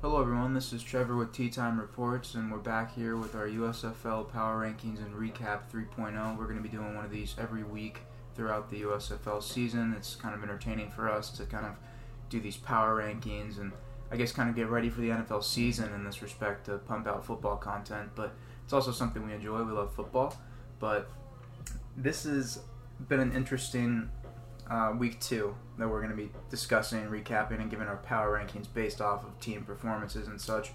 Hello, everyone. This is Trevor with Tea Time Reports, and we're back here with our USFL Power Rankings and Recap 3.0. We're going to be doing one of these every week throughout the USFL season. It's kind of entertaining for us to kind of do these power rankings and I guess kind of get ready for the NFL season in this respect to pump out football content. But it's also something we enjoy. We love football. But this has been an interesting uh, week two that we're going to be discussing, recapping, and giving our power rankings based off of team performances and such.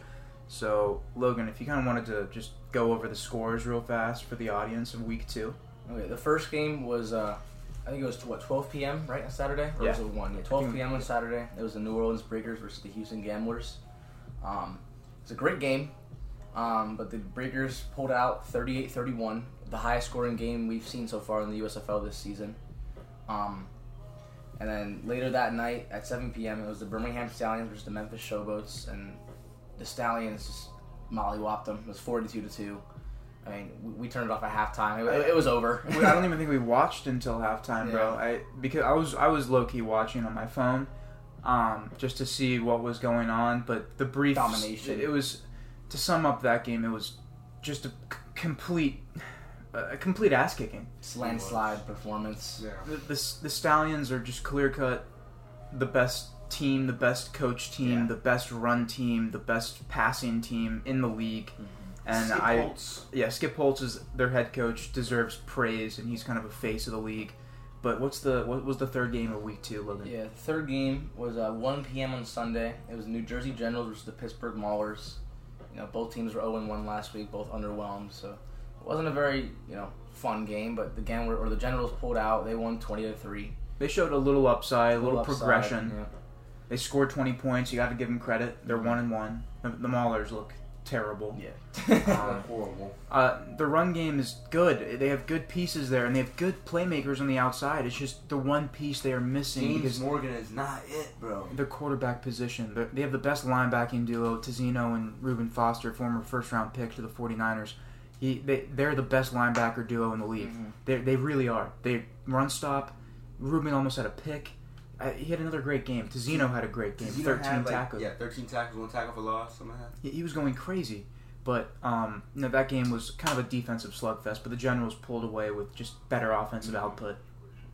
So, Logan, if you kind of wanted to just go over the scores real fast for the audience in week two. Okay, the first game was uh, I think it was what 12 p.m. right on Saturday, or was Yeah. it one? Yeah, 12 p.m. on Saturday. It was the New Orleans Breakers versus the Houston Gamblers. Um, it's a great game, um, but the Breakers pulled out 38-31, the highest scoring game we've seen so far in the USFL this season. Um, and then later that night at 7 p.m., it was the Birmingham Stallions versus the Memphis Showboats, and the Stallions just mollywopped them. It was 42 to two. I mean, we, we turned it off at halftime. It, it, it was over. We- I don't even think we watched until halftime, bro. Yeah. I because I was I was low key watching on my phone, um, just to see what was going on. But the brief Domination. It was to sum up that game. It was just a c- complete, a complete ass kicking. landslide performance. Yeah. The, the S- the Stallions are just clear cut, the best team, the best coach team, Yeah. the best run team, the best passing team in the league, Mm-hmm. and Skip I. Holtz. Yeah, Skip Holtz is their head coach, deserves praise, and he's kind of a face of the league. But what's the what was the third game of week two, Logan? Yeah, the third game was uh, 1 p.m. on Sunday. It was New Jersey Generals versus the Pittsburgh Maulers. You know, both teams were 0-1 last week, both underwhelmed. So it wasn't a very you know fun game, but the game where, or the Generals pulled out. They won 20 to three. They showed a little upside, a little, upside, progression. yeah. Mm-hmm. They scored twenty points. You got to give them credit. They're one and one. The, the Maulers look terrible. Yeah. Um, horrible. Uh, the run game is good. They have good pieces there, and they have good playmakers on the outside. It's just the one piece they are missing because James Morgan is not it, bro. their quarterback position. They're, they have the best linebacking duo, Tizino and Reuben Foster, former first round pick to the 49ers. He, they, they're the best linebacker duo in the league. Mhm. They, they really are. They run stop. Reuben almost had a pick. Uh, he had another great game. Tizino had a great game. Does he not 13 have, like- tackles. Yeah, 13 tackles, one tackle for loss, something like that. He, he was going crazy. But um, you know, that game was kind of a defensive slugfest, but the Generals pulled away with just better offensive Mm-hmm. output.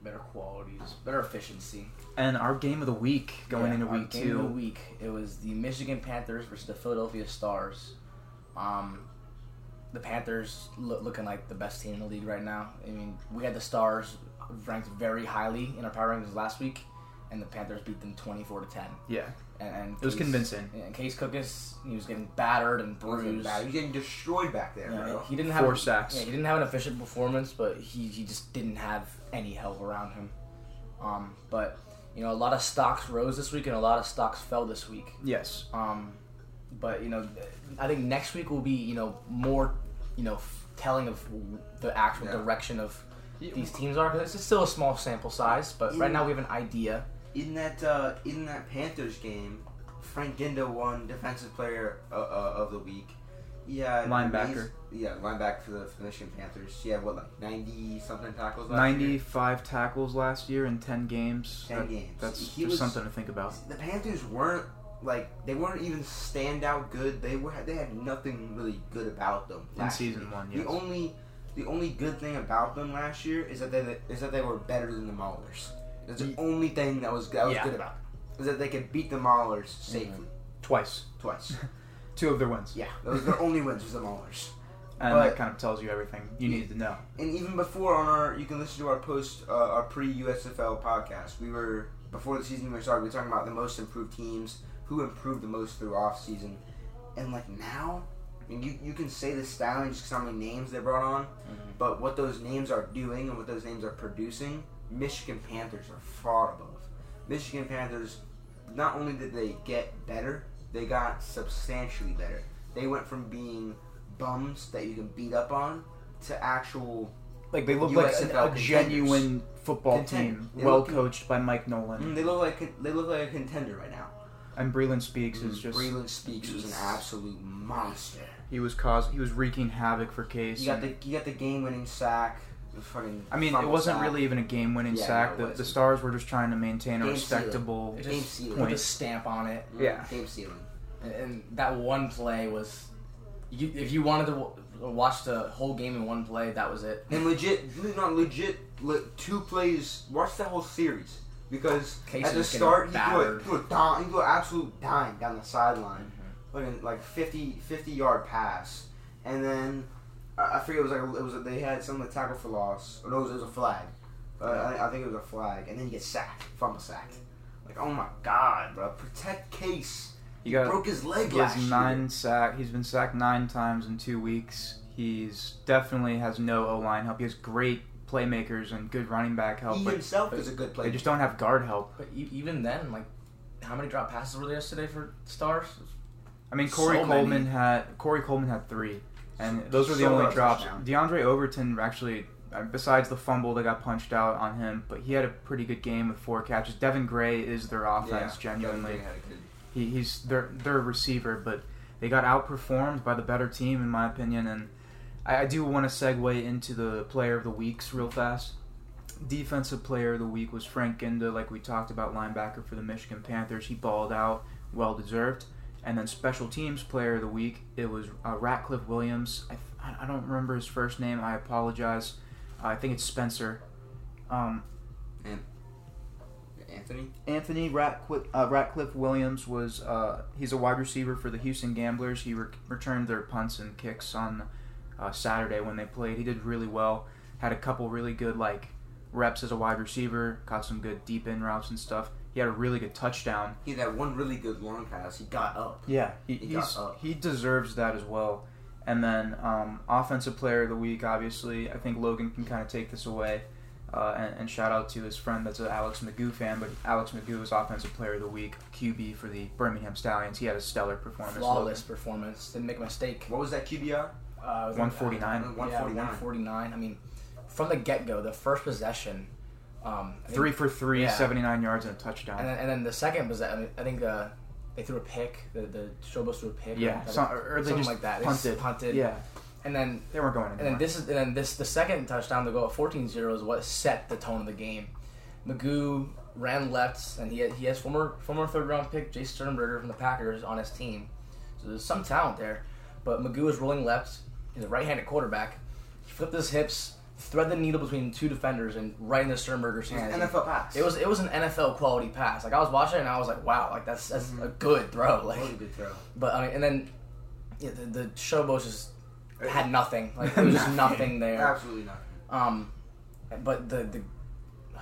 better qualities, better efficiency. And our game of the week going Yeah, into our week game two. of the week, it was the Michigan Panthers versus the Philadelphia Stars. Um, the Panthers loo- looking like the best team in the league right now. I mean, we had the Stars ranked very highly in our power rankings last week, and the Panthers beat them twenty-four to ten. Yeah, And, and it was convincing. And Case Cookis, he was getting battered and bruised. He was getting destroyed back there, Yeah, bro. he didn't have Four sacks. Yeah, he didn't have an efficient performance, but he, he just didn't have any help around him. Um, but you know, a lot of stocks rose this week and a lot of stocks fell this week. Yes. Um, but you know, I think next week will be you know more you know f- telling of the actual Yeah. direction of these teams are because it's still a small sample size. But right Yeah. now we have an idea. In that uh, in that Panthers game, Frank Gindo won Defensive Player uh, uh, of the Week. Yeah, Linebacker. Yeah, linebacker for the, for the Michigan Panthers. Yeah, what like ninety something tackles. Last year? 95 tackles last year in 10 games. 10 That- games. That's He just was- something to think about. The Panthers weren't like they weren't even standout good. They were they had nothing really good about them In last season year. one, The yes. only the only good thing about them last year is that they is that they were better than the Maulers. That's the Ye- only thing that was that was Yeah. Mm-hmm. good about them, is that they could beat the Maulers safely Twice. twice. Two of their wins. Yeah, those were their only wins was the Maulers. And But- that kind of tells you everything you Yeah. needed to know. And even before on our, you can listen to our post, uh, our pre USFL podcast. We were before the season even started. We were talking about the most improved teams, who improved the most through off season, and like now, I mean, you you can say the Stallions because how many names they brought on, but what those names are doing and what those names are producing, Michigan Panthers are far above. Michigan Panthers, not only did they get better, they got substantially better. They went from being bums that you can beat up on to actual Like, they look like USFL a, a contenders. genuine football Contend- team, they well look- coached by Mike Nolan. Mm, they look like a- they look like a contender right now. And Breland Speaks is Mm-hmm. just. Mm, Breland Speaks was an absolute monster. He was cause he was wreaking havoc for Case. You got and- the you got the game winning sack. The fucking I mean, it fumble wasn't sack, really even a game winning Yeah, sack. no, it the, the wasn't. Stars were just trying to maintain a Game sealer. respectable. It Game just sealer. put a stamp on it. Mm, yeah. game ceiling. and, and that one play was. You, if you wanted to w- watch the whole game in one play, that was it. And legit, not legit, le- two plays. Watch that whole series because Case at the is getting start he threw, a, battered. he, threw a dime, he threw an absolute dime down the sideline, Mm-hmm. Fucking, like 50, 50 yard pass, and then I I forget it was like a, it was a, they had some like tackle for loss. Or no, it was, it was a flag. Uh, I, I think it was a flag, and then he gets sacked, fumble sacked. Like oh my god, bro, protect Case. You got Broke his leg He last has year. nine sack. He's been sacked nine times in two weeks. He's definitely has no O line help. He has great playmakers and good running back help, He but himself is a good player. they just don't have guard help. But e- even then, like, how many drop passes were there yesterday for Stars? I mean, Corey So many. Coleman had Corey Coleman had three, and So- those were the so only much drops. touchdown. DeAndre Overton actually, uh, besides the fumble that got punched out on him, but he had a pretty good game with four catches. Devin Gray is their offense, genuinely. definitely had a good he, he's their their receiver, but they got outperformed by the better team in my opinion. And I, I do want to segue into the player of the weeks real fast. Defensive player of the week was Frank Ginda, like we talked about, linebacker for the Michigan Panthers. He balled out, well deserved. And then special teams player of the week, it was uh, Ratcliffe Williams. I, th- I don't remember his first name. I apologize. Uh, I think it's Spencer. Um, Anthony. Anthony Ratcliffe, uh, Ratcliffe Williams was uh, he's a wide receiver for the Houston Gamblers. He re- returned their punts and kicks on uh, Saturday when they played. He did really well. Had a couple really good like reps as a wide receiver. Caught some good deep in routes and stuff. He had a really good touchdown. He had that one really good long pass. He got up. Yeah, he He he's, got up. he deserves that as well. And then um, offensive player of the week, obviously, I think Logan can kind of take this away. Uh, and, and shout out to his friend that's an Alex Magoo fan, but Alex Magoo was offensive player of the week, QB for the Birmingham Stallions. He had a stellar performance. Flawless performance. Didn't make a mistake. What was that QBR? Uh, Logan. 149, One forty 149. nine. I mean, from the get go, the first possession. Um, I think- three for three, Yeah. 79 yards and a touchdown. And then, and then the second was I, mean, I think uh, they threw a pick. The the Showboats threw a pick. yeah, That- some, or they something just like that. They just punted. punted. Yeah, And then they weren't going and then anywhere. this is and then this the second touchdown to go at 14-0 is what set the tone of the game. Magoo ran left, and he he has former former third round pick Jay Sternberger from the Packers on his team, so there's some talent there. But Magoo is rolling left. He's a right-handed quarterback. He flipped his hips, thread the needle between two defenders, and right into Sternberger's It was hands. an NFL pass. It was it was an NFL quality pass. Like I was watching it and I was like, wow, like that's that's a good throw. That Like, was a good throw. but I mean, and then yeah, the, the showboats just had nothing. Like there was just nothing there. Absolutely nothing. Um, but the the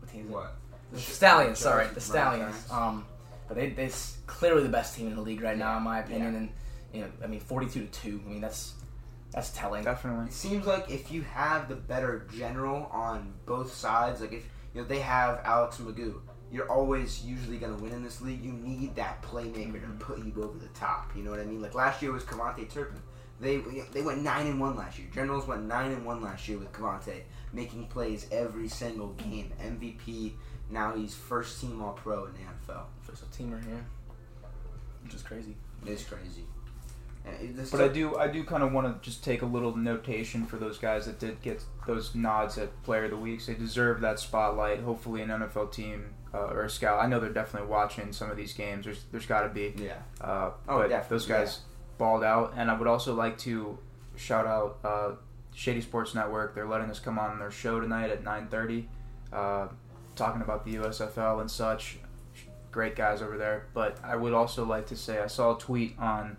what team is it? What? The Stallions. Sorry, the Right, Stallions. Stallions. Um, but they they s- clearly the best team in the league right now, in my opinion. Yeah. And you know, I mean, forty-two to two. I mean, that's that's telling. Definitely. It seems like if you have the better general on both sides, like if you know they have Alex Magoo, you're always usually going to win in this league. You need that playmaker Mm-hmm. to put you over the top. You know what I mean? Like last year was Cavante Turpin. They they went nine and one last year. Generals went nine and one last year with Cavante making plays every single game. MVP. Now he's first team All Pro in the NFL. Just a teamer here, which is crazy. It's crazy. And it- this- But I do, I do kind of want to just take a little notation for those guys that did get those nods at Player of the Weeks. They deserve that spotlight. Hopefully, an NFL team uh, or a scout. I know they're definitely watching some of these games. There's, there's got to be. Yeah. Uh, Oh, but definitely, those guys balled out. And I would also like to shout out uh, Shady Sports Network. They're letting us come on their show tonight at 9:30, uh, talking about the USFL and such. Great guys over there. But I would also like to say I saw a tweet on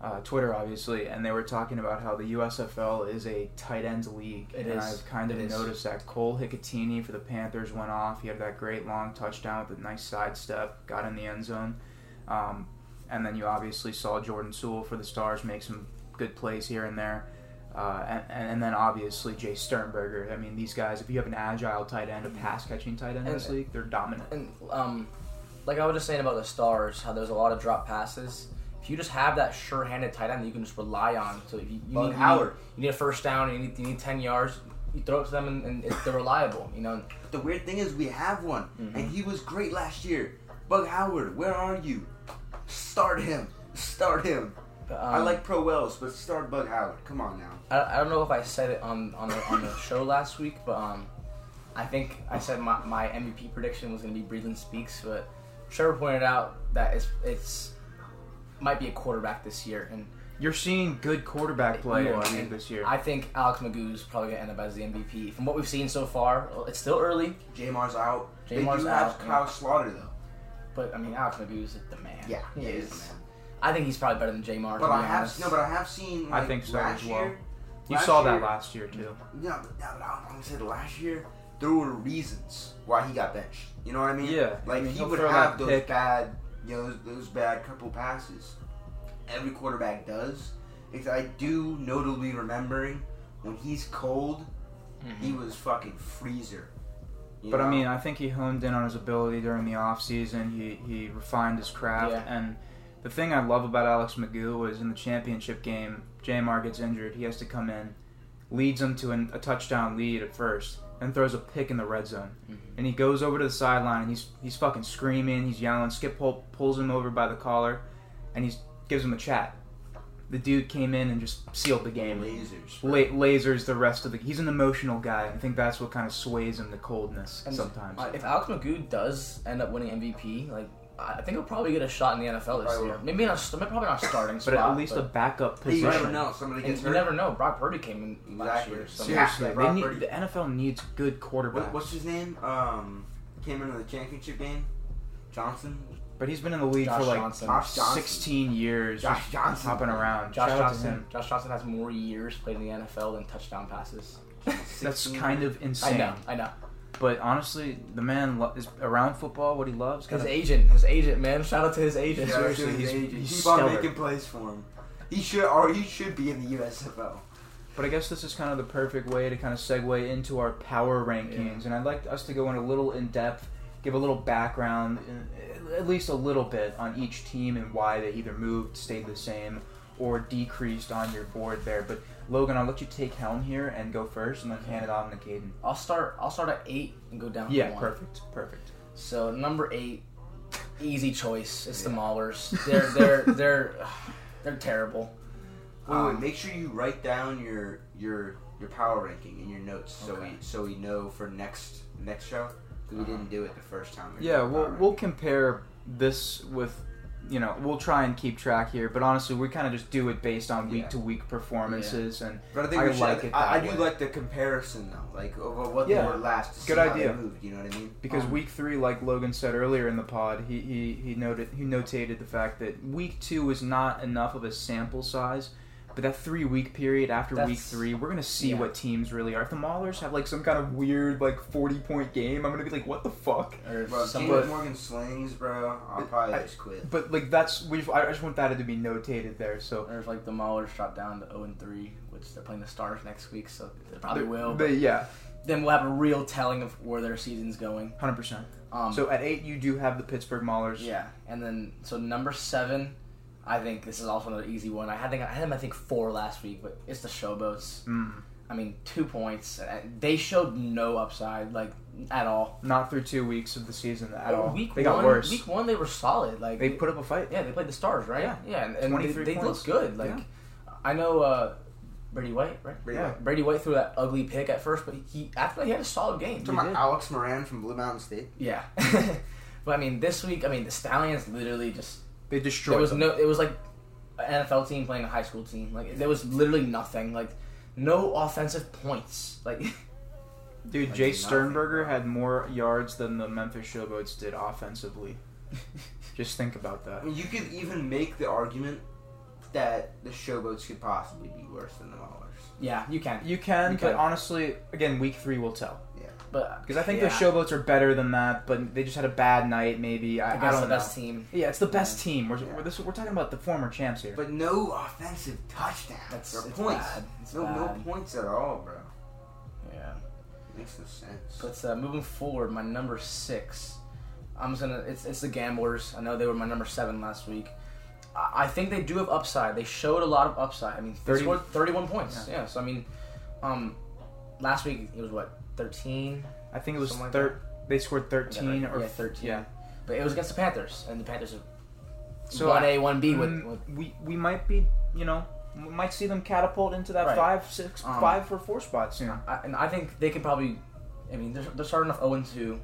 uh, Twitter, obviously, and they were talking about how the USFL is a tight ends league. It and is. I've kind of It is. noticed that Cole Hicatini for the Panthers went off. He had that great long touchdown with a nice sidestep, got in the end zone. Um, and then you obviously saw Jordan Sewell for the Stars make some good plays here and there. Uh, and, and and then obviously Jay Sternberger. I mean, these guys, if you have an agile tight end, a pass catching tight end in this And- league, they're dominant. And um, like I was just saying about the stars, how there's a lot of drop passes. If you just have that sure-handed tight end, that you can just rely on. So if you, you Bug need Howard. you need a first down, you need, you need ten yards. You throw it to them, and, and it, they're reliable. You know, The weird thing is we have one, Mm-hmm. and he was great last year. Bug Howard, where are you? Start him. Start him. But, I um, like Pro Wells, but start Bug Howard. Come on now. I, I don't know if I said it on on the, on the show last week, but um, I think I said my, my MVP prediction was going to be Breland Speaks, but Trevor pointed out that it's it's might be a quarterback this year, and You're seeing good quarterback play You in are, the league and this year. I think Alex Magoo's probably gonna end up as the MVP. From what we've seen so far, it's still early, Jamar's out. they Jamar's do out, have Kyle yeah. Slaughter though. but I mean Alex Magoo's the man. Yeah, he he is. is. I think he's probably better than Jamar. to But be I have honest. no. But I have seen. I Like, think so last as well. Year, you last saw that year- last year too. No, but now that I'm gonna say the last year, there were reasons why he got benched. You know what I mean? Yeah, I Like mean, he he'll would throw that have those pick. bad, you know, those, those bad couple passes. Every quarterback does. Because I do notably remembering when he's cold, Mm-hmm. he was fucking freezer. you But I know? mean, I think he honed in on his ability during the offseason. He he refined his craft, Yeah. and the thing I love about Alex Magoo was in the championship game, Jamar gets injured. He has to come in, leads them to an, a touchdown lead at first, and throws a pick in the red zone. Mhm. And he goes over to the sideline, and he's he's fucking screaming, he's yelling. Skip Holt pulls him over by the collar, and he gives him a chat. The dude came in and just sealed the game. lasers. La- lasers the rest of the. He's an emotional guy. and I think that's what kind of sways him to coldness And sometimes. Uh, If Alex Magoo does end up winning MVP, like I I think he'll probably get a shot in the NFL this Probably year. will. Maybe not, st- probably not starting, but spot, at least but- a backup You position. never know. Somebody and gets you hurt. never know. Brock Purdy came in last Exactly. year. so- Seriously. Seriously, Brock they need, Purdy. the NFL needs good quarterbacks. What, what's his name? Um, came into the championship game. Johnson. but he's been in the league Josh for like Johnson. Josh Johnson. 16 years, Josh just Johnson. hopping around. Josh Shout out to Johnson. him. Josh Johnson has more years played in the NFL than touchdown passes. That's 16. kind of insane. I know. I know. But honestly, the man lo- is around football. What he loves. His gotta- agent. His agent. Man. Shout out to his Yeah, agent. Seriously, dude, he's- they- he's keep on stellar. making plays for him. He should, or he should be in the USFL. But I guess this is kind of the perfect way to kind of segue into our power rankings, and I'd like us to go in a little in depth, give a little background, uh, at least a little bit on each team and why they either moved, stayed the same, or decreased on your board there. But Logan, I'll let you take helm here and go first, and then hand it off to Caden. I'll start. I'll start at eight and go down. Yeah, to one. perfect, perfect. So number eight, easy choice. It's the Maulers. They're they're they're they're terrible. Wait, wait, Um, make sure you write down your your your power ranking in your notes so Okay. we so we know for next next show 'cause we didn't do it the first time. we Uh-huh. Yeah, did we'll power we'll ranking. compare this with. You know, we'll try and keep track here, but honestly, we kind of just do it based on Yeah. week to week performances and But I think I we should, like it I, I that do way. like the comparison though, like over what Yeah. they were last. To see Good how idea. They moved, you know what I mean? Because Um, week three, like Logan said earlier in the pod, he, he, he noted he notated the fact that week two was not enough of a sample size, but that three week period after week That's- three, we're gonna see yeah. what teams really are. If the Maulers have like some kind of weird like forty point game, I'm gonna be like, what the fuck? Or Bro, if somebody- James Morgan slings, bro. I'll probably I- just quit. But like that's we I I just want that to be notated there. So or if like the Maulers drop down to zero and three, which they're playing the Stars next week, so they probably will. But, yeah, but then we'll have a real telling of where their season's going. hundred percent. Um, So at eight, you do have the Pittsburgh Maulers. yeah, and then so number seven, I think this is also another easy one. I had think I had them I think four last week, but it's the Showboats. Mm, I mean, two points. Uh, They showed no upside like at all. not through two weeks of the season at all. Week they got one, worse. Week one, they were solid. Like they put up a fight. Yeah, they played the Stars, right? Yeah. yeah, and, and they, 23 they points. looked good. Like, I know uh, Brady White, right? yeah. Brady White threw that ugly pick at first, but he after that, he had a solid game. Talking about Alex Moran from Blue Mountain State. Yeah, but I mean, this week, I mean, the Stallions literally just They there destroyed. was them. no, it was like an NFL team playing a high school team. Like there was literally nothing. Like no offensive points. Like Dude, Like Jay nothing. Sternberger had more yards than the Memphis Showboats did offensively. Just think about I that. mean, you could even make the argument that the showboats could possibly be worse than the Maulers. yeah, you can. You can, You but can. honestly, again, week three will tell. But Because I think yeah, the Showboats are better than that, but they just had a bad night, maybe. I, I against don't the know. best team. Yeah, it's the best team. We're, Yeah. we're, this, we're talking about the former champs here. But no offensive touchdowns That's or it's points. bad. It's No, no bad. points at all, bro. Yeah. Makes no sense. But uh, moving forward, my number six, I'm just gonna. It's it's the Gamblers. I know they were my number seven last week. I, I think they do have upside. They showed a lot of upside. I mean, they 30 scored 31 points. Yeah. Yeah. So I mean, um, last week it was what 13. I think it was Something like thir- they scored 13 yeah, or yeah, 13. Yeah. But it was against the Panthers, and the Panthers are So one I- A, one B with, Mm, with we, we might be, you know, we might see them catapult into that Right. five, six, Um, five or four spot soon. I, and I think they can probably. I mean, they're, they're starting off 0 2.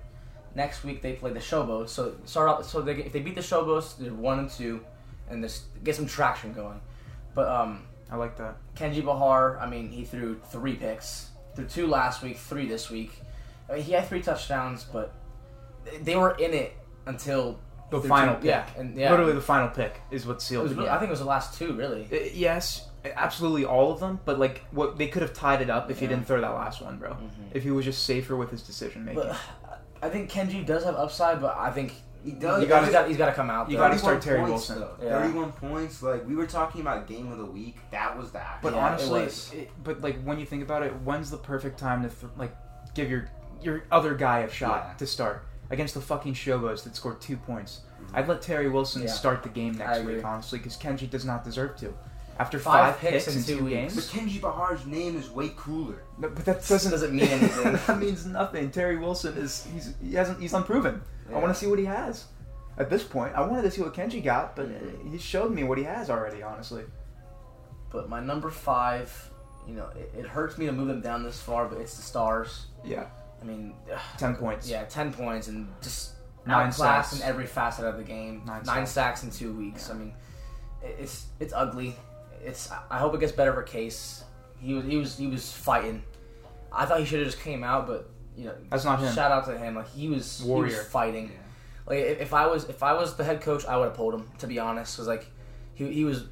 Next week they play the Showboats, so start out. So they, if they beat the Showboats, they're 1 and 2. and just get some traction going. But um, I like that. Kenji Bahar, I mean, he threw three picks. Threw two last week, three this week. I mean, he had three touchdowns, but they- they were in it until The their final two- pick. Yeah, and yeah, Literally the final pick is what It sealed was, the game. really- I think it was the last two, really. Uh, yes, absolutely all of them. But like, what they could have tied it up if he Yeah. Mm-hmm. didn't throw that last one, bro. If he was just safer with his decision making. But I think Kenji does have upside, but I think He does. you got, he's got he's got to come out. You though. gotta start Terry points, Wilson. though. Yeah. 31 points. Like, we were talking about game of the week. That was that. But Yeah, it honestly, was. it- but like when you think about it, when's the perfect time to th- like give your your other guy a shot Yeah. to start against the fucking Shogos that scored two points? I'd let Terry Wilson Mm-hmm. Yeah. start the game I next agree. week, honestly, because Kenji does not deserve to. After Five five, picks in two two weeks. but games, Kenji Bahar's name is way cooler. No, but that doesn't Doesn't mean anything. that means nothing. Terry Wilson is he's he hasn't he's unproven. Yeah. I want to see what he has. At this point, I wanted to see what Kenji got, but uh, he showed me what he has already. Honestly, But my number five, you know, it, it hurts me to move them down this far, but it's the Stars. yeah, I mean, ten points. yeah, ten points and just Nine outclassed sacks. in every facet of the game. Nine, Nine sacks. in two weeks. I mean, i- it's it's ugly. It's I- I hope it gets better for Case. He was he was he was fighting. I thought he should have just came out, but you know, That's not him. Shout out to him. Like he was he was Warrior. fighting. Like if if I was if I was the head coach, I would have pulled him. To be honest, because like he he was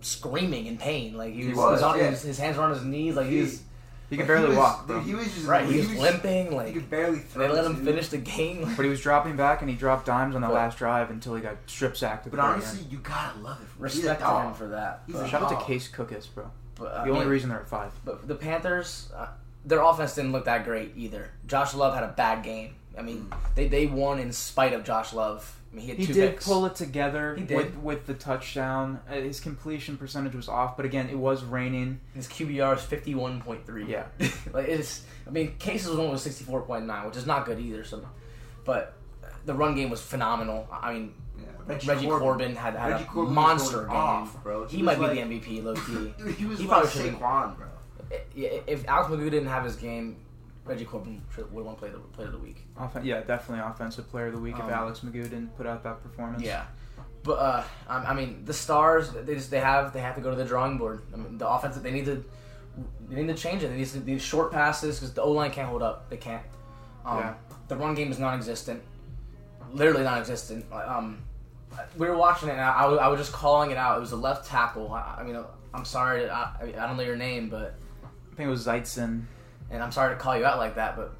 screaming in pain. Like he was, He he was, was on, yeah. his, his hands were on his knees. Like he He- was he can Like, barely was- walk. dude, Bro. he was just right. He was loose. limping. He Like could barely they throw. let him dude. finish the game. Like, But he was dropping back and he dropped dimes on the But- last drive until he got strip sacked. at But the very honestly, end. you gotta love it. He's a respect to dog. him for that. He's but, a shout out dog. to Case Cookus, bro. The but, I only mean, reason they're at five. but the Panthers, uh, their offense didn't look that great either. Josh Love had a bad game. I mean, Mm. they they won in spite of Josh Love. I mean, he had He two did picks. pull it together He did. with with the touchdown. Uh, His completion percentage was off, but again, it was raining. His QBR is fifty one point three. Yeah. like it's. I mean, Case's one was sixty four point nine, which is not good either. So, but the run game was phenomenal. I mean, Yeah. Reggie, Corbin, had, had Reggie a Corbin was monster going game. off, bro. He, He might was be the MVP, low key. Dude, he was He like probably should've- Saquon, bro. I- if Alex Magoo didn't have his game, Reggie Corbin should- would have won play of the play of the week. Offen- yeah, definitely offensive player of the week Um, if Alex Magoo didn't put out that performance. Yeah, but uh, I, I mean, the stars they just they have they have to go to the drawing board. I mean, the offense they need to they need to change it. They need to these short passes because the O line can't hold up. They can't. Um, Yeah. The run game is non-existent, literally non-existent. Like, Um, we were watching it, and I, I was, I was just calling it out. It was a left tackle. I, I mean, I'm sorry, to, I, I don't know your name, but I think it was Zeitzen. and I'm sorry to call you out like that, but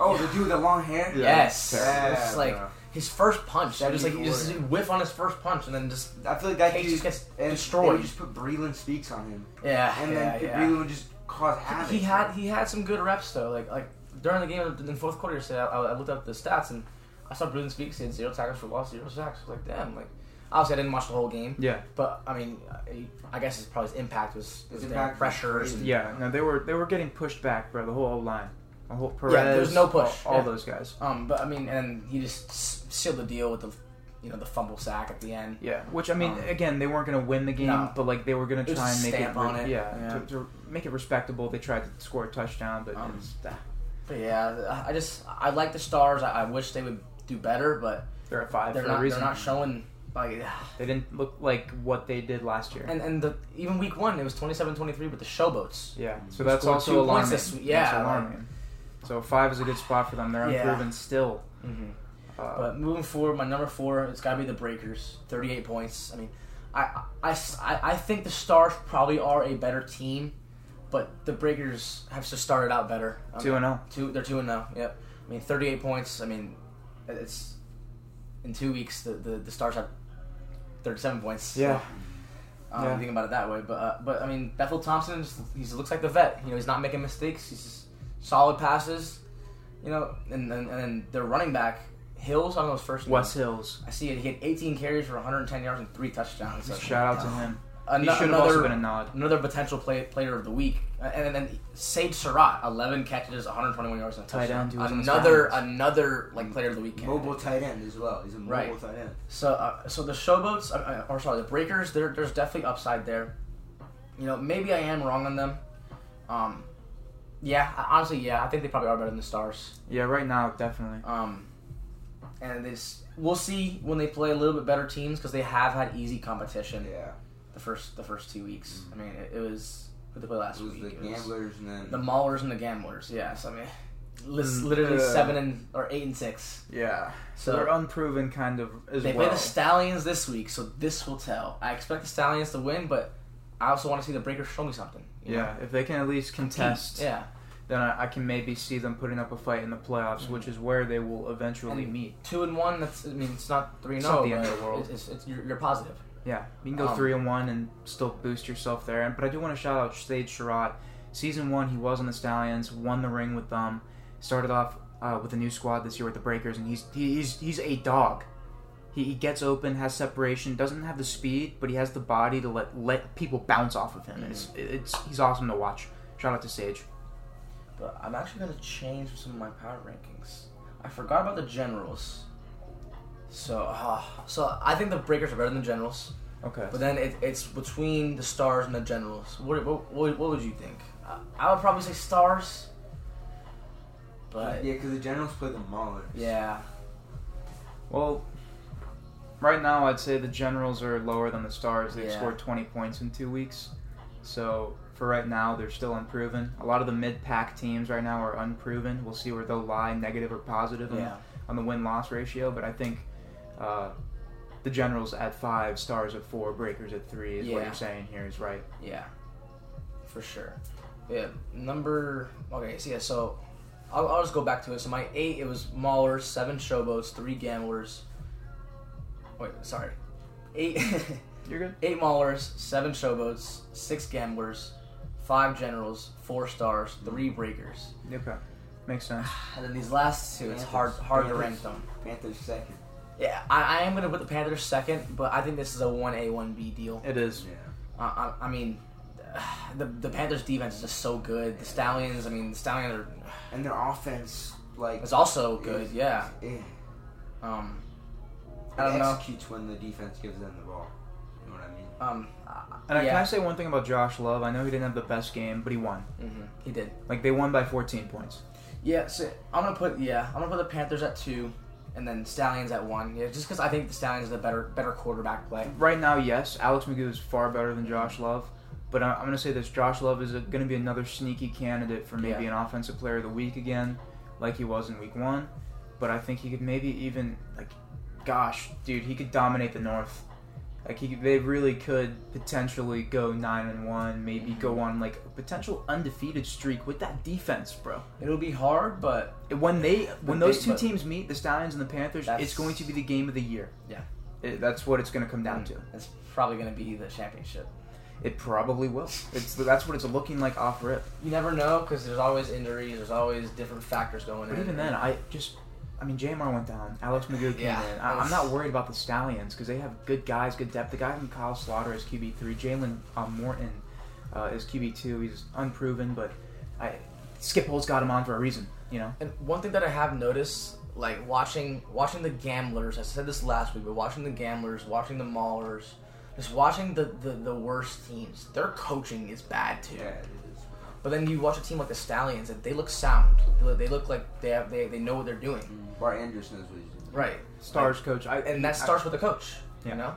Oh, the dude with the long hair. Yeah. yes, Yeah, it's just like bro. his first punch. I just like you just 74. whiff on his first punch, and then just I feel like that Case dude just gets and destroyed. They just put Breland speaks on him, yeah, and yeah, then yeah. Breland would just cause havoc. he had he had some good reps though. Like like during the game in the fourth quarter, yesterday, I, I looked up the stats and I saw Bruton Speaks. He had zero tackles for loss, zero sacks. I was like, damn. Like obviously, I didn't watch the whole game, Yeah, but I mean, I, I guess his probably his impact was was His there. impact was pressures. crazy. And, yeah. No, they were they were getting pushed back, bro. The whole O line, the whole Perez. there was no push. All, all Yeah. those guys. Um, but I mean, and he just s- sealed the deal with the you know the fumble sack at the end. Yeah, which I mean, Um, again, they weren't going to win the game, no. but like they were going It to was try a and make it, stamp on it. yeah, Yeah. To, to make it respectable. They tried to score a touchdown, but Um, it's, ah, But yeah, I I just I like the stars. I, I wish they would do better, but they're at 5 they're for not a they're reason. not showing like. They didn't look like what they did last year. And and the even week one it was 27-23 with the showboats. yeah, so We that's scored two also points alarming. this week. Yeah, That's like- alarming. So five is a good spot for them. They're Yeah. unproven still. Mhm. Uh, But moving forward, my number four, it's got to be the Breakers. 38 points. I mean, I, I, I, I think the Stars probably are a better team, but the Breakers have just started out better. I two mean, and oh. zero. two, They're 2 and 0. Yep. I mean, 38 points. I mean, it's in two weeks, the, the, the Stars have 37 points. Yeah, Um, Yeah. Think about it that way, but uh, but I mean Bethel Thompson, just- he looks like the vet. You know, he's not making mistakes. He's just solid passes. You know, and then and then their running back Hills. I don't know his first name. West Hills. I see it. He had 18 carries for 110 yards and three touchdowns. So- Shout out to him. Ano- Oh. He should have also been a nod. another potential play, player of the week. Uh, And then Sage Surratt, 11 catches, 121 yards and a Tight touchdown. end who was on the another Spartans. another like player of the week. candidate. mobile tight end as well. He's a mobile Right. tight end. So, uh, so the showboats, uh, uh, or sorry, the breakers. There, there's definitely upside there. You know, maybe I am wrong on them. Um, yeah, I- honestly, yeah, I think they probably are better than the stars. Yeah, right now definitely. Um, and they just, we'll see when they play a little bit better teams because they have had easy competition Yeah, the first the first two weeks. I mean, it, it was who they play last it was week. the It was gamblers and then the Maulers and the Gamblers. Yes, I mean, lis- Mm, literally uh, yeah. seven and or eight and six. Yeah. So, So- they're unproven kind of as They well. play the Stallions this week, so this will tell. I expect the Stallions to win, but I also want to see the Breakers show me something. you know? yeah, if they can at least contest, yeah. then I, I can maybe see them putting up a fight in the playoffs, which is where they will eventually And- meet. Two and one. That's I mean, it's not three and It's not oh, the end but of the world. It's, it's, it's, you're, you're positive. Yeah, you can go Um, three and one and still boost yourself there. And but I do want to shout out Sage Sherrod. Season one, he was on the Stallions, won the ring with them. Started off uh, with a new squad this year with the Breakers, and he's he- he's he's a dog. He, he gets open, has separation, doesn't have the speed, but he has the body to let let people bounce off of him. And It's it's he's awesome to watch. Shout out to Sage. But I'm actually gonna change some of my power rankings. I forgot about the generals. So, uh, so I think the breakers are better than the generals. Okay. But then it, it's between the stars and the generals. What what, what, what would you think? Uh, I would probably say stars. But yeah, because the Generals play the Maulers. yeah, Well, right now I'd say the Generals are lower than the Stars. They've Yeah. scored 20 points in two weeks. So for right now, they're still unproven. A lot of the mid-pack teams right now are unproven. We'll see where they'll lie, negative or positive, on- Yeah. on the win-loss ratio. But I think uh, the Generals at five, Stars at four, Breakers at three is what Yeah. you're saying here is right. yeah, for sure. Yeah, number okay. So yeah, so I'll, I'll just go back to it. So my eight, it was Maulers, seven showboats, three gamblers. Wait, sorry, eight. You're good. Eight maulers, seven showboats, six gamblers, five generals, four stars, three breakers. Okay, makes sense. And then these last two, it's hard Panthers. hard to Panthers. rank them. Panthers second. Yeah, I, I am gonna put the Panthers second, but I think this is a one A one B deal. It is. Yeah, I, I, I mean, the the Panthers defense is just so good. The Stallions, I mean, the Stallions are and their offense like is also good. is- Yeah. eh, Um, it I don't know. executes when the defense gives them the ball. You know what I mean? Um, I- And I, can I yeah, say one thing about Josh Love? I know he didn't have the best game, but he won. hmm he did. Like they won by 14 points. Yeah, so I'm gonna put yeah, I'm gonna put the Panthers at two, and then Stallions at one. Yeah, just because I think the Stallions is the better better quarterback play. Right now, yes, Alex Magoo is far better than Josh Love, but I- I'm going to say this: Josh Love is going to be another sneaky candidate for maybe an offensive player of the week again, like he was in Week One. But I think he could maybe even like, gosh, dude, he could dominate the North. Like he, could- they really could potentially go nine and one, maybe Mm-hmm. go on like a potential undefeated streak with that defense, bro. It'll be hard, but When they, when But those they- two but- teams meet, the Stallions and the Panthers, it's That's- going to be the game of the year. Yeah. Mm. It- that's what it's going to come down to. it's probably gonna be the championship. It probably will. It's that's what it's looking like off rip. You never know because there's always injuries. There's always different factors going But in. even then, I just, I mean, Jamar went down. Alex Magoo came Yeah, in. I, I'm that's- not worried about the Stallions because they have good guys, good depth. The guy from Kyle Slaughter is QB three. Jalen uh, Morton uh, is QB two. He's unproven, but I Skip Holtz got him on for a reason. You know, and one thing that I have noticed, like watching watching the gamblers. I said this last week, but watching the gamblers, watching the maulers, just watching the the, the worst teams. Their coaching is bad too. Yeah, it is. But then you watch a team like the Stallions, and they look sound. They look- They look like they have, they, they know what they're doing. Mm. Bart Andrews knows what he's doing. Right. stars coach. I, And that starts with the coach. Yeah. You know.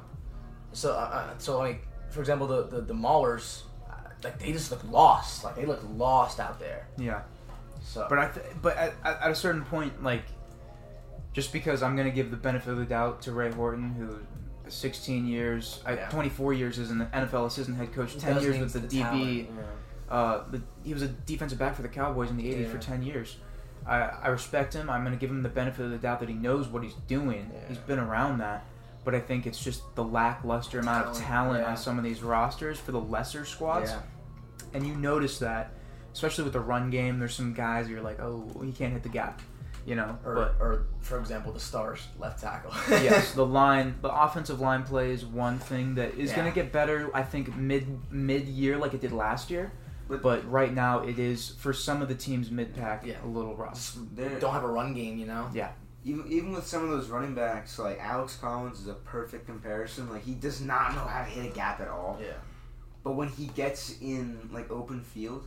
So uh, uh, so like for example the the, the Maulers, uh, like they just look lost. Like they look lost out there. yeah. So But I, th- but at, at at a certain point, like, just because I'm gonna give the benefit of the doubt to Ray Horton, who, 16 years, I, Yeah. 24 years as an NFL assistant head coach, It 10 does years need with the, DB. talent, yeah. Uh, the, he was a defensive back for the Cowboys in the 80s for Yeah. 10 years. I, I respect him. I'm gonna give him the benefit of the doubt that he knows what he's doing. Yeah. He's been around that. But I think it's just the lackluster amount of Talent, talent yeah. on some of these rosters for the lesser squads Yeah. and you notice that, especially with the run game. There's some guys you're like, oh, he can't hit the gap, you know. Or, but or for example the Stars left tackle. yes, the line, the offensive line play is one thing that is going Yeah. to get better. I think mid mid year, like it did last year. But- But right now, it is for some of the teams mid pack Yeah. a little rough. Just They're- don't have a run game. You know. Yeah, Even, even with some of those running backs, like Alex Collins is a perfect comparison. Like he does not know how to hit a gap at all. Yeah. But when he gets in like open field,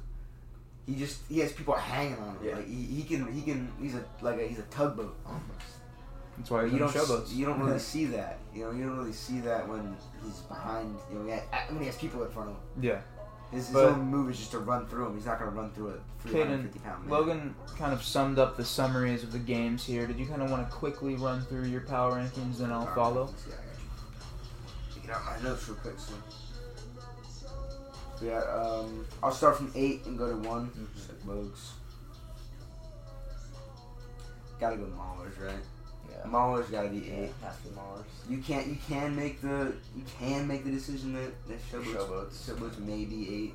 he just he has people hanging on him. Yeah. Like he, he can he can he's a like a, he's a tugboat almost. That's why he's you on don't showboats. you don't really see that. You know, you don't really see that when he's behind. You know, he has, when he has people in front of him. yeah. His, his But- own move is just to run through him. He's not going to run through a Caden, 350 pound man. Logan kind of summed up the summaries of the games here. Did you kind of want to quickly run through your power rankings and I'll Alright, follow? let's see, I got you. Get out my notes real quick, so. Yeah, um, I'll start from eight and go to one. Mm-hmm. Sick bugs. Gotta go Maulers, right? Yeah. Maulers gotta be Yeah, eight. has to be Maulers. You can't. You can make the. You can make the decision that that showboats. Showboats. Showboats may be eight,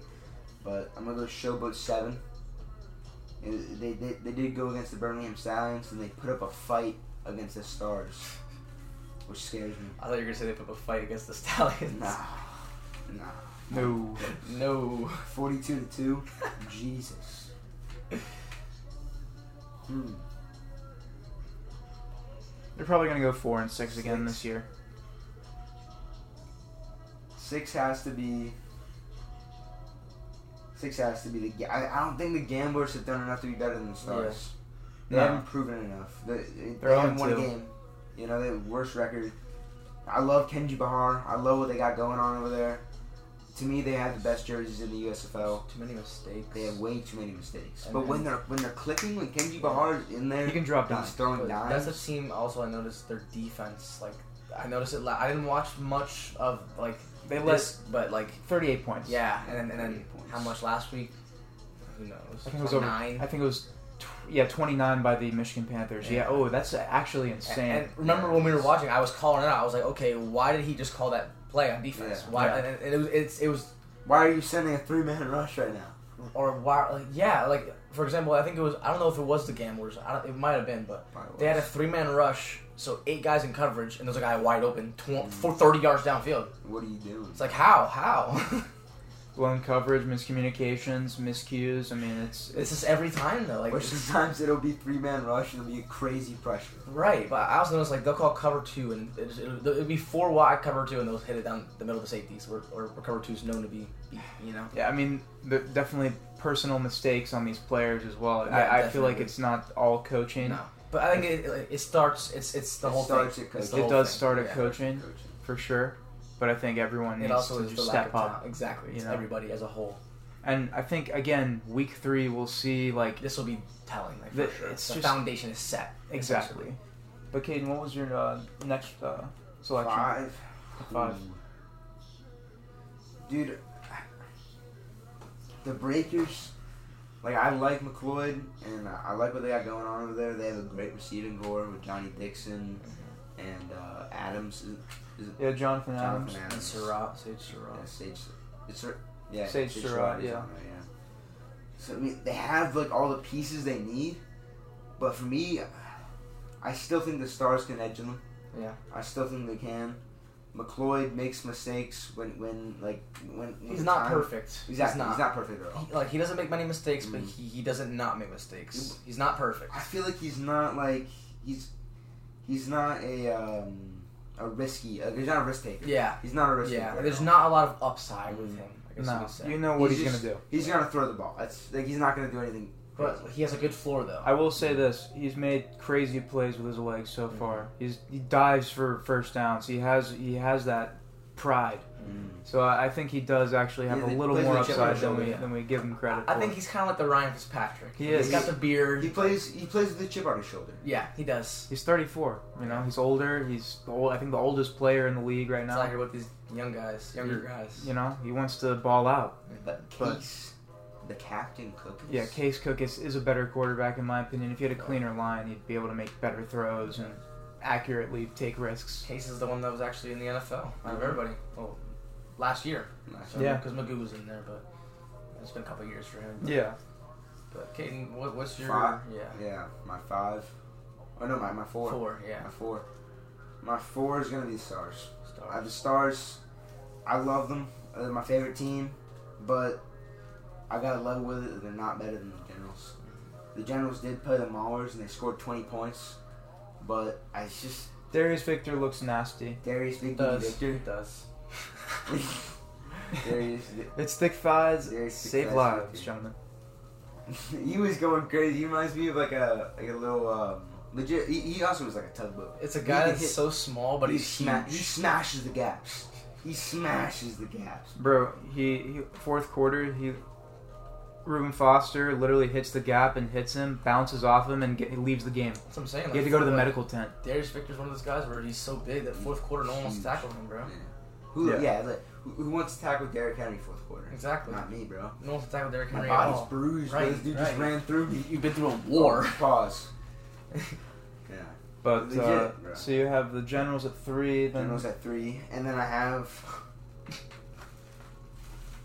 but I'm gonna go showboat seven. And They, they, they did go against the Birmingham Stallions and they put up a fight against the Stars, which scares me. I thought you were gonna say they put up a fight against the Stallions. Nah, nah. No. No. Forty-two to two. Jesus. Hmm. They're probably going to go four and six again Six. this year. Six has to be. Six has to be the. ga- I, I don't think the Gamblers have done enough to be better than the Stars. They No. haven't proven enough. They, they, they They're haven't won a 0-2. game. You know, they have worst record. I love Kenji Bahar. I love what they got going on over there. To me, they have the best jerseys in the USFL. Too many mistakes. They have way too many mistakes. And but then- when they're when they're clicking, when Kenji Bahar is in there, He can drop and down. he's throwing But That's dimes. a team. Also, I noticed their defense. Like, I noticed it. La- I didn't watch much of like They this, less but like, 38 points. yeah, and then, and then 38 points. how much last week? Who knows? I think it was over. Nine. I think it was, tw- yeah, 29 by the Michigan Panthers. Yeah. Yeah. Oh, that's actually And, insane. and remember when we were watching, I was calling it out. I was like, okay, why did he just call that play on defense? Yeah. Why? Yeah. And, and it was it's, it was Why are you sending a three man rush right now? or why? Like, yeah, like for example, I think it was. I don't know if it was the Gamblers. I don't, it might have been, but they had a three man rush, so eight guys in coverage, and there's a guy wide open, tw- for 30 yards downfield. What are you doing? It's like how how. Blown coverage, miscommunications, miscues. I mean, it's It's just every time though, like Or sometimes it'll be three man rush and it'll be a crazy pressure. right. But I also noticed like they'll call cover two, and it, it, it'll be four wide cover two, and they'll hit it down the middle of the safeties, or, or cover two is known to be, be you know. Yeah, I mean, the, definitely personal mistakes on these players as well. Yeah, I, I feel like definitely. it's not all coaching. No, but I think it, it, it starts. It's it's the It whole starts thing. at It's the coaching. It whole does thing, start at yeah. coaching for sure, but I think everyone It needs also to is the just lack step of up. talent. Exactly, it's you know? everybody as a whole. And I think again, week three we'll see like This will be telling. Like, for The- sure. it's the just- foundation is set. exactly. But Caden, what was your uh, next uh, selection? Five. Five. Ooh. Dude, the Breakers, like, I like McLeod and I like what they got going on over there. They have a great receiving core with Johnny Dixon and uh, Adams. Is, is it Yeah, Jonathan Adams. Jonathan And Adams? Surratt, Sage Surratt. Yeah, Sage. It's Sur- yeah, Sage Surratt, is yeah. on there, yeah. So I mean, they have like all the pieces they need, but for me, I still think the Stars can edge them. Yeah. I still think they can. McLeod makes mistakes when when like when, when He's not time- perfect. Exactly, He's not. perfect at all. He- like he doesn't make many mistakes, but Mm. he, he doesn't not make Mm. mistakes. He's not perfect. I feel like he's not like he's he's not a um a risky. Like, he's not a risk taker. Yeah, He's not a risk yeah. taker. at There's all. not a lot of upside with him. I guess you Mm. No, could say. you know what He's he's, just- gonna do. He's gonna throw the ball. That's like he's not gonna do anything. but crazy. he has a good floor though. I will say this: he's made crazy plays with his legs so Mm-hmm. far. He's he dives for first downs. He has he has that pride. Mm. So I I think he does actually have Yeah, a he little plays more with a chip on upside his than shoulder, we yeah. than we give him credit. I for. think he's kind of like the Ryan Fitzpatrick. He is. He's got the beard. He plays. He plays with the chip on his shoulder. yeah, he does. he's 34. You know, he's older. He's the old, I think the oldest player in the league right It's now. not like about these young guys, younger guys. you know, he wants to ball out. But But- Case, the captain cook. Yeah, Case Cook is, is a better quarterback in my opinion. If he had a cleaner line, he'd be able to make better throws and accurately take risks. Case is the one that was actually in the NFL out Mhm. of everybody. Well, last year. So, Uh-huh. Yeah. because Magoo was in there, but it's been a couple years for him. Yeah, But Caden, what, what's your Five. yeah Yeah, my five. Oh no, my my four. four yeah My four. My four is gonna be the Stars. I, star. the Stars, I love them. They're my favorite team, but I gotta level with it. that They're not better than the Generals. The Generals did play the Maulers and they scored 20 points, but I it's just Darius Victor looks nasty. Darius Big Baby does Victor. does. Darius, It's thick thighs. Darius Thick Save Thighs lives, Victor. gentlemen. he was going crazy. He reminds me of like a like a little um, Legit, he, he also was like a tugboat. It's a He guy can that's hit- so small, but he, he's huge. sma- he smashes the gaps. He smashes the gaps. Bro, he, he fourth quarter he Ruben Foster literally hits the gap and hits him, bounces off him, and get, he leaves the game. That's what I'm saying. He Like, had to go to the like, medical tent. Darius Victor's one of those guys where he's so big that fourth quarter no one wants to tackle him, bro. Who? Yeah. Yeah, like, who, who wants to tackle Derrick Henry fourth quarter? Exactly. Not me, bro. No one wants to tackle Derrick My Henry at body's all. bruised. Right, Right, this dude just right. ran through me. Oh, You've been through a war. Pause. Yeah. But uh, Legit, bro. so you have the Generals at three, then Generals at three, and then I have.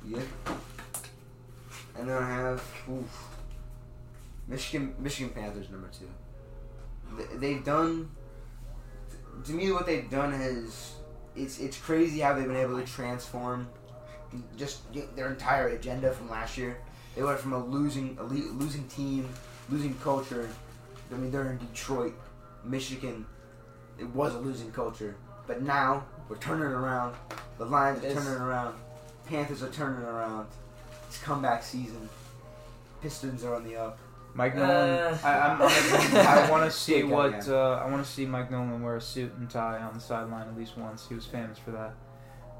Yeah. And then I have oof, Michigan Michigan Panthers number two. Th- They've done. To me, what they've done is it's it's crazy how they've been able to transform just get their entire agenda from last year. They went from a losing a le- losing team, losing culture. I mean, they're in Detroit, Michigan. It was a losing culture, but now we're turning it around. The Lions It are is. turning it around. Panthers are turning it around. It's comeback season. Pistons are on the up. Mike Uh, Nolan. I, I'm, i want to see Yeah, yeah. what uh, I want to see Mike Nolan wear a suit and tie on the sideline at least once. He was famous for that.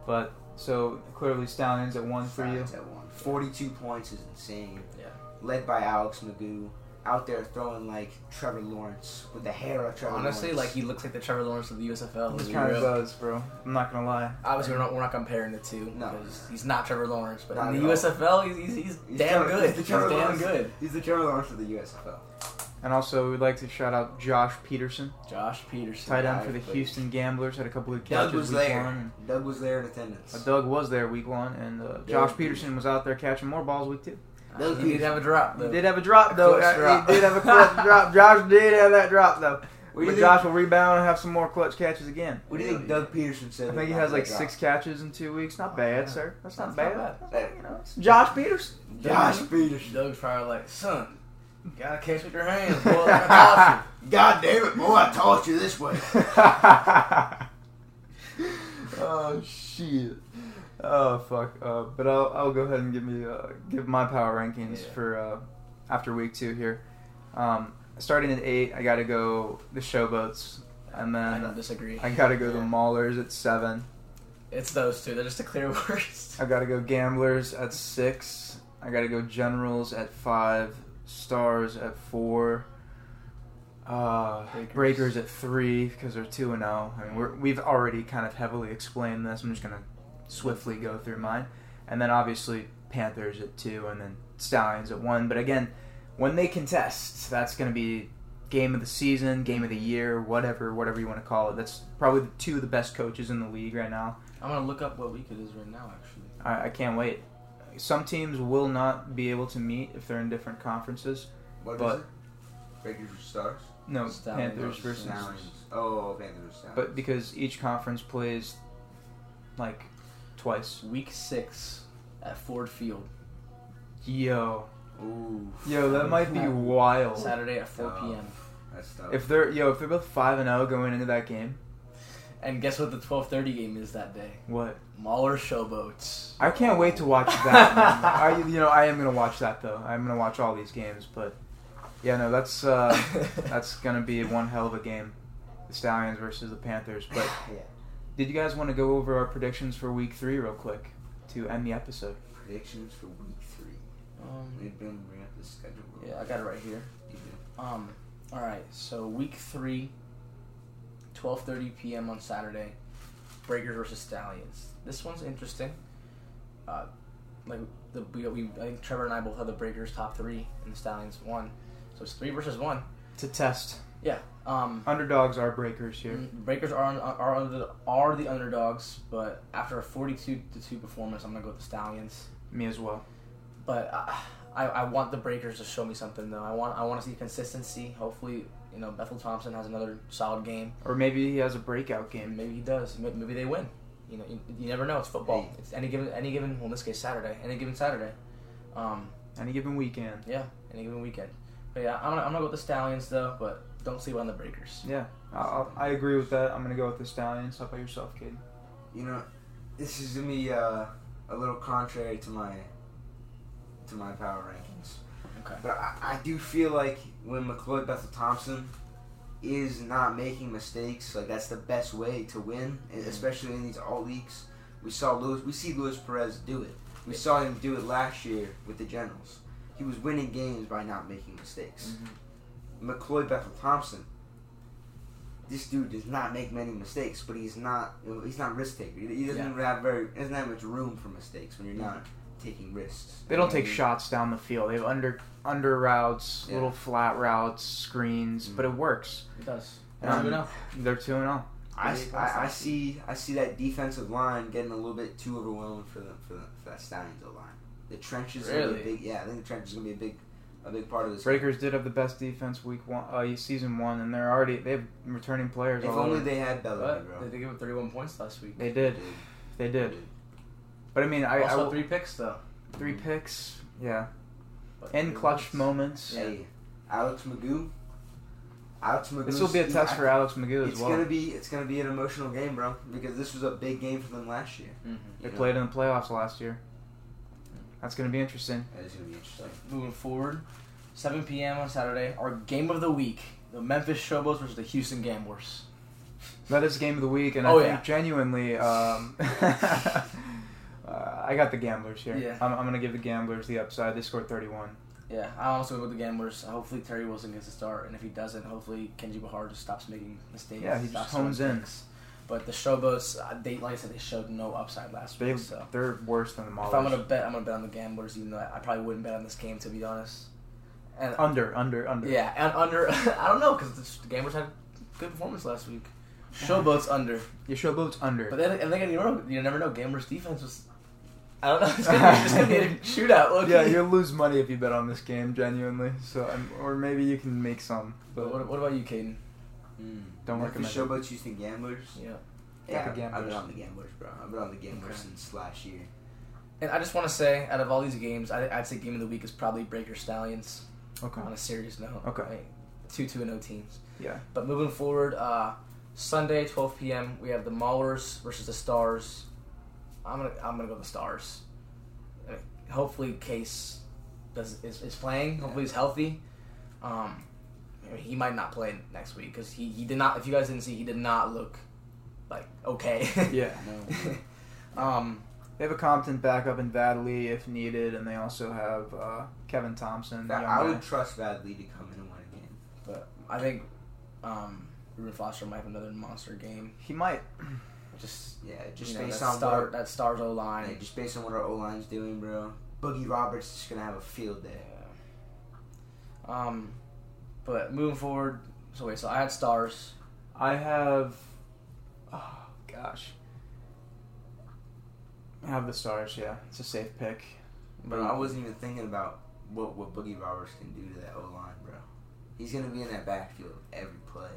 But so clearly Stallions at one for you. Lions at one. Forty-two points is insane. Yeah. Led by Alex Magoo, out there throwing like Trevor Lawrence with the hair of Trevor. Honestly, like Lawrence. he looks like the Trevor Lawrence of the USFL. let's This be kind of real. does, bro. I'm not gonna lie. Obviously, we're not we're not comparing the two. No. because he's not Trevor Lawrence, but Not in at the all. USFL, he's he's, he's, He's damn Trevor- good. he's the He's Trevor damn Lawrence. good. he's the Trevor Lawrence of the USFL. And also, we'd like to shout out Josh Peterson, Josh Peterson, tight end guy, for the but- Houston Gamblers. Had a couple of Doug catches was week there. one. and- Doug was there in uh, attendance. Doug was there week one, and uh, Josh Peterson was out there catching more balls week two. Uh, he did have a drop. He Though. did have a drop A though. clutch Uh, drop. He did have a clutch drop. Josh did have that drop though. What do but you think- Josh will rebound and have some more clutch catches again. What do you think Doug Peterson said? I think he about has like that six catches in two weeks. Not Oh, bad, yeah. sir. That's not bad. That's not bad. You know, it's Josh Peterson. drop? Josh Peterson. Doug's probably like, son, you gotta catch with your hands, boy. I got God damn it, boy! I taught you this way. oh shit. Oh fuck. Uh, but I'll I'll go ahead and give me uh, give my power rankings Yeah. for uh, after week two here. Um, starting at eight, I gotta go the showboats, and you." then I don't disagree. I gotta go the Yeah. Maulers at seven. It's those two. They're just a clear worst. I gotta go Gamblers at six. I gotta go Generals at five. Stars at four. Uh, Breakers. breakers. at three because they're two and zero. I mean, we're, we've already kind of heavily explained this. I'm just gonna swiftly go through mine, and then obviously Panthers at two, and then Stallions at one. But again, when they contest, that's gonna be game of the season, game of the year, whatever, whatever you want to call it. That's probably the two of the best coaches in the league right now. I'm gonna look up what week it is right now, actually. I, I can't wait. Some teams will not be able to meet if they're in different conferences. What is But- it? Breakers for stars. No, Stallions Panthers versus versus. Stallions. Oh, Panthers. Stallions. But because each conference plays like twice. Week six at Ford Field, Yo, ooh, yo, that might be wild. Saturday at 4 Oh. p.m. That's tough. If they're yo, if they're both five and zero going into that game, And guess what the 12:30 game is that day? what? Mahler Showboats. I can't wait to watch that. man. I, you know, I am gonna watch that though. I'm gonna watch all these games, but yeah, no, that's uh, that's gonna be one hell of a game. The Stallions versus the Panthers, but. yeah. Did you guys want to go over our predictions for week three real quick to end the episode? Predictions for week three. Um, We've been bringing up the schedule. real yeah, I got it right here. quick. You do. Um, all right. So week three, 12:30 p.m. on Saturday, Breakers versus Stallions. This one's interesting. Uh, like the we, we I think Trevor and I both had the Breakers top three and the Stallions one, so it's three versus one. To test. Um, Underdogs are breakers here. mm, Breakers are are are the, are the underdogs, but after a 42 to two performance, I'm gonna go with the Stallions. Me as well. But I, I, I want the Breakers to show me something though. I want I want to see consistency. Hopefully, you know Bethel Thompson has another solid game. Or maybe he has a breakout And game. maybe he does. May- Maybe they win. You know, you, you never know. It's football. Hey. It's any given, any given. Well, in this case, Saturday. Any given Saturday. Um, Any given weekend. yeah, any given weekend. But yeah, I'm gonna, I'm gonna go with the Stallions though, but don't sleep on the Breakers. Yeah, I'll, I agree with that. I'm going to go with the Stallions. How about yourself, kid? You know, this is gonna be uh, a little contrary to my to my power rankings. Okay. But I, I do feel like when McLeod Bethel Thompson is not making mistakes. Like that's the best way to win, and especially in these all leagues. We saw Luis. We see Luis Perez do it. We saw him do it last year with the Generals. He was winning games by not making mistakes. McCloy Bethel Thompson. This dude does not make many mistakes, but he's not he's not risk taker. He he doesn't have very doesn't have much room for mistakes when you're not taking risks. They don't You know take what I mean? shots down the field. They have under under routes, Mm. Yeah. Mm. little flat routes, screens, but it works. It does. Um, Um, know. They're two and oh. zero. I, Really I, I impressive. see I see that defensive line getting a little bit too overwhelmed for the for, the, for that Stallions O line. The trenches are gonna be a Really? big yeah. I think the trenches gonna be a big a big part of this. Breakers did have the best defense week one, uh, season one, and they're already they have returning players. If All only over. they had Bellamy, But bro. did they give up 31 points last week. they did, they did. But I mean, I, I also will- three picks though. three picks, yeah, But and three clutch wins. moments. Hey, Alex Magoo. Alex Magoo. This will be a test for Alex Magoo as It's well. gonna be it's gonna be an emotional game, bro, because this was a big game for them last year. Mhm. They you know? played in the playoffs last year. That's gonna be interesting. That is gonna be interesting. Moving forward, 7 p.m. on Saturday, our game of the week: the Memphis Showboats versus the Houston Gamblers. That is game of the week, and Oh, I yeah. think genuinely, um, uh, I got the gamblers here. Yeah. I'm, I'm gonna give the gamblers the upside. They scored 31. Yeah, I also go with the Gamblers. Hopefully Terry Wilson gets a start, and if he doesn't, hopefully Kenji Bahar just stops making mistakes. Yeah, he stops just hones throwing in. picks. But the Showboats, uh, they like I said, they showed no upside last They week. So they're worse than the Maulers. if I'm gonna bet, I'm gonna bet on the Gamblers, even though I probably wouldn't bet on this game to be honest. And under, under, under. yeah, and under, I don't know because the Gamblers had good performance last week. Showboats under. Your showboat's under. But then, and then again, you, know, you never know. Gamblers defense was. I don't know. It's gonna be, it's gonna be a shootout. Loki. yeah, you'll lose money if you bet on this game, genuinely. So, um, or maybe you can make some, But but what, what about you, Mm. Caden? Mm. don't Memphis recommend. it. Showboats Houston Gamblers. Yeah. Got the Yeah, I've Gamblers. been on the Gamblers, bro. I've been on the Gamblers Okay. since last year. And I just want to say, out of all these games, I, I'd say game of the week is probably Breaker Stallions. Okay. On a serious note. Okay. Right? Two two and O teams. Yeah. But moving forward, uh, Sunday 12 p.m. we have the Maulers versus the Stars. I'm gonna I'm gonna go with the Stars. Uh, Hopefully, Case does is, is playing. Hopefully, he's healthy. Um, I mean, he might not play next week because he, he did not. If you guys didn't see, he did not look like okay. Yeah. No. um, They have a Compton backup in Vadley if needed, and they also have uh, Kevin Thompson. the That, young I guy. would trust Vadley to come in and win a game. but I think um, Ruben Foster might have another monster game. He might. Just Yeah, just you know, based that on star what, that Stars O our- yeah, line. just based on what our O line's doing, bro. Boogie Roberts is just gonna have a field day. Yeah. Um, but moving forward, so wait, so I had stars. I have. Oh gosh. I have the stars. Yeah, it's a safe pick. Bro, I wasn't even thinking about what what Boogie Roberts can do to that O line, bro. He's gonna be in that backfield every play.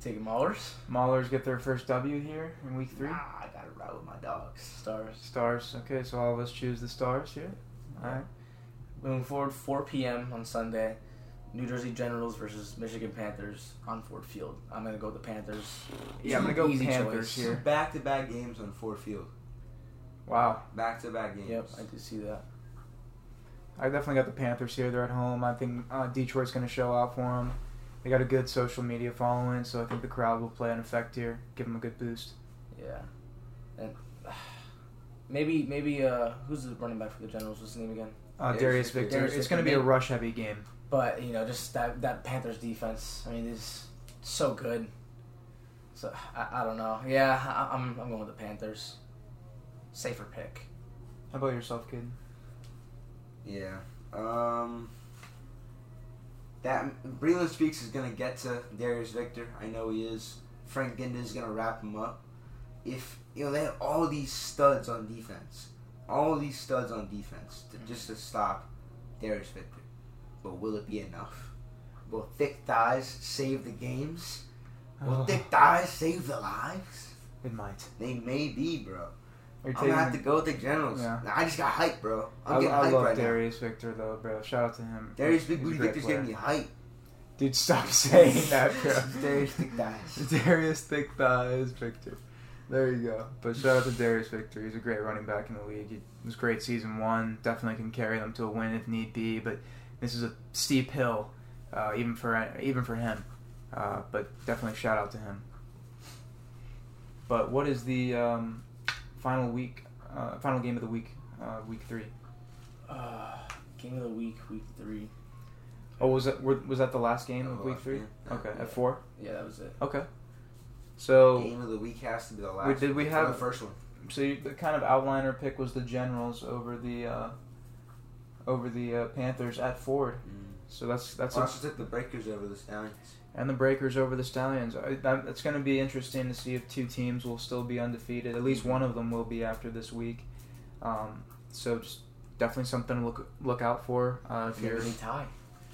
taking Maulers. Maulers get their first W here in week three. Nah, I gotta ride with my dogs. Stars. Stars. Okay, so all of us choose the stars here. All right. Moving forward, 4 p.m. on Sunday, New Jersey Generals versus Michigan Panthers on Ford Field. I'm gonna go with the Panthers. Yeah, I'm gonna go Easy Panthers choice. here. Back to back games on four field. Wow, Back to back games. Yep, I do see that. I definitely got the Panthers here. They're at home. I think uh, Detroit's gonna show out for them. They got a good social media following, so I think the crowd will play an effect here. Give them a good boost. Yeah, and maybe maybe uh, who's the running back for the Generals? What's his name again? Uh, Yeah, Darius it's- Victor. Darius it's Victor. gonna be a rush heavy game. But you know, just that that Panthers defense. I mean, is so good. So I, I don't know. Yeah, I, I'm I'm going with the Panthers. Safer pick. How about yourself, kid? Yeah. Um. That Breland speaks is gonna get to Darius Victor. I know he is. Frank Ginda is gonna wrap him up. If you know they have all these studs on defense, all these studs on defense to, just to stop Darius Victor. But will it be enough? Will thick thighs save the games? Will Oh, thick thighs save the lives? it might. They may be, bro. You're I'm gonna have to go with the Generals. Yeah. Nah, I just got hype, bro. I'm I, getting I hype love right now. Darius Victor though, bro. Shout out to him. Darius He's Big a Booty great Victor's player. giving me hype. Dude, stop saying that, bro. Darius Thick Thighs. Darius Thick Thighs Victor. There you go. But shout out to Darius Victor. He's a great running back in the league. He was great season one. Definitely can carry them to a win if need be. But this is a steep hill, uh, even for even for him. Uh, but definitely shout out to him. But what is the um, final week, uh, final game of the week, uh, week three? Uh, game of the week, week three. Oh, was that were, was that the last game That of was week last three? game. Okay, Yeah. at four. Yeah, that was it. Okay. So, Game of the week has to be the last. did we one. have- the first one? so you, the kind of outliner pick was the Generals over the uh, over the uh, Panthers at Mm. Ford. So that's that's I a, also took the Breakers over the Stallions. and the Breakers over the Stallions. I, that, it's going to be interesting to see if two teams will still be undefeated. At least one of them will be after this week. Um, so just definitely something to look look out for. Uh, if Maybe you're they tie.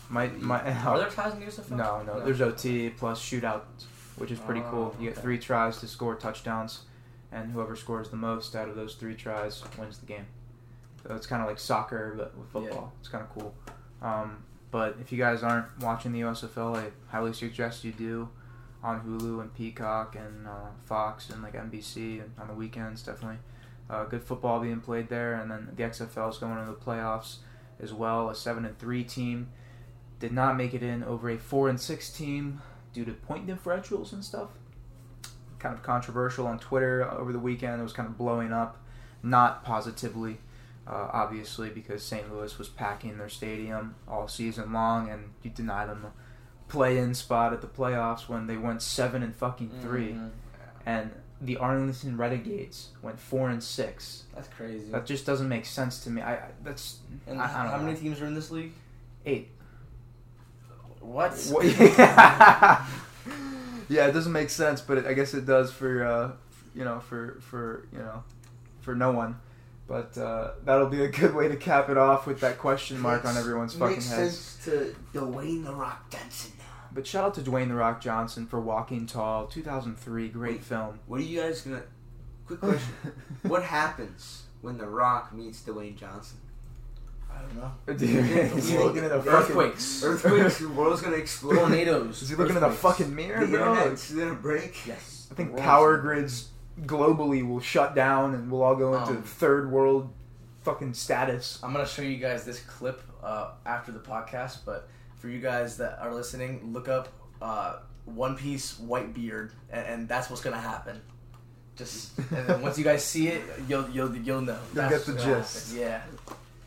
might might Are there ties in the USFL? No, no. There's OT plus shootout, which is pretty Oh, cool. You get okay. three tries to score touchdowns, and whoever scores the most out of those three tries wins the game. So it's kind of like soccer, but with Yeah. football. It's kind of cool. Um, but if you guys aren't watching the USFL, I highly suggest you do on Hulu and Peacock and uh, Fox and like NBC and on the weekends definitely. Uh, good football being played there, and then the XFL is going into the playoffs as well. A seven and three team did not make it in over a four and six team due to point differentials and stuff. Kind of controversial on Twitter over the weekend. It was kind of blowing up, not positively, uh, obviously, because St. Louis was packing their stadium all season long, and you deny them a play-in spot at the playoffs when they went seven and fucking 3 Mhm. and the Arlington Renegades went four and six. That's crazy. That just doesn't make sense to me. I I- that's and I, I don't how know. many teams are in this league? eight. What? Wha- yeah, it doesn't make sense, but it, I guess it does for uh, you know for for you know for no one. But uh, that'll be a good way to cap it off with that question mark on everyone's fucking Makes heads. sense to Dwayne the Rock Johnson. But shout out to Dwayne the Rock Johnson for Walking Tall, 2003, great Wait. film. What are you guys gonna? Quick question: What happens when the Rock meets Dwayne Johnson? I don't know. Dude, Is he looking at a fucking- Earthquakes. Earthquakes, the world's gonna explode. Tornadoes. Is he looking in the earthquakes. fucking mirror? The bro? internet's gonna break. Yes. I think World's- power grids globally will shut down and we'll all Oh. go into Um, third world fucking status. I'm gonna show you guys this clip uh, after the podcast, but for you guys that are listening, look up uh, One Piece White Beard, and, and that's what's gonna happen. Just and then once you guys see it, you'll you'll you'll know. You'll get That's the what's gonna gist. happen.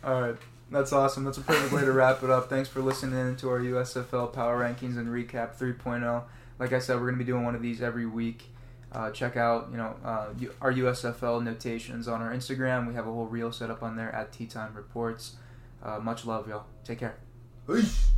Yeah. All right. That's awesome. That's a perfect way to wrap it up. Thanks for listening to our USFL Power Rankings and Recap 3.0. Like I said, we're going to be doing one of these every week. Uh, check out, you know, uh, U- our USFL notations on our Instagram. We have a whole reel set up on there at Tea Time Reports. Uh, much love, y'all. Take care. Peace.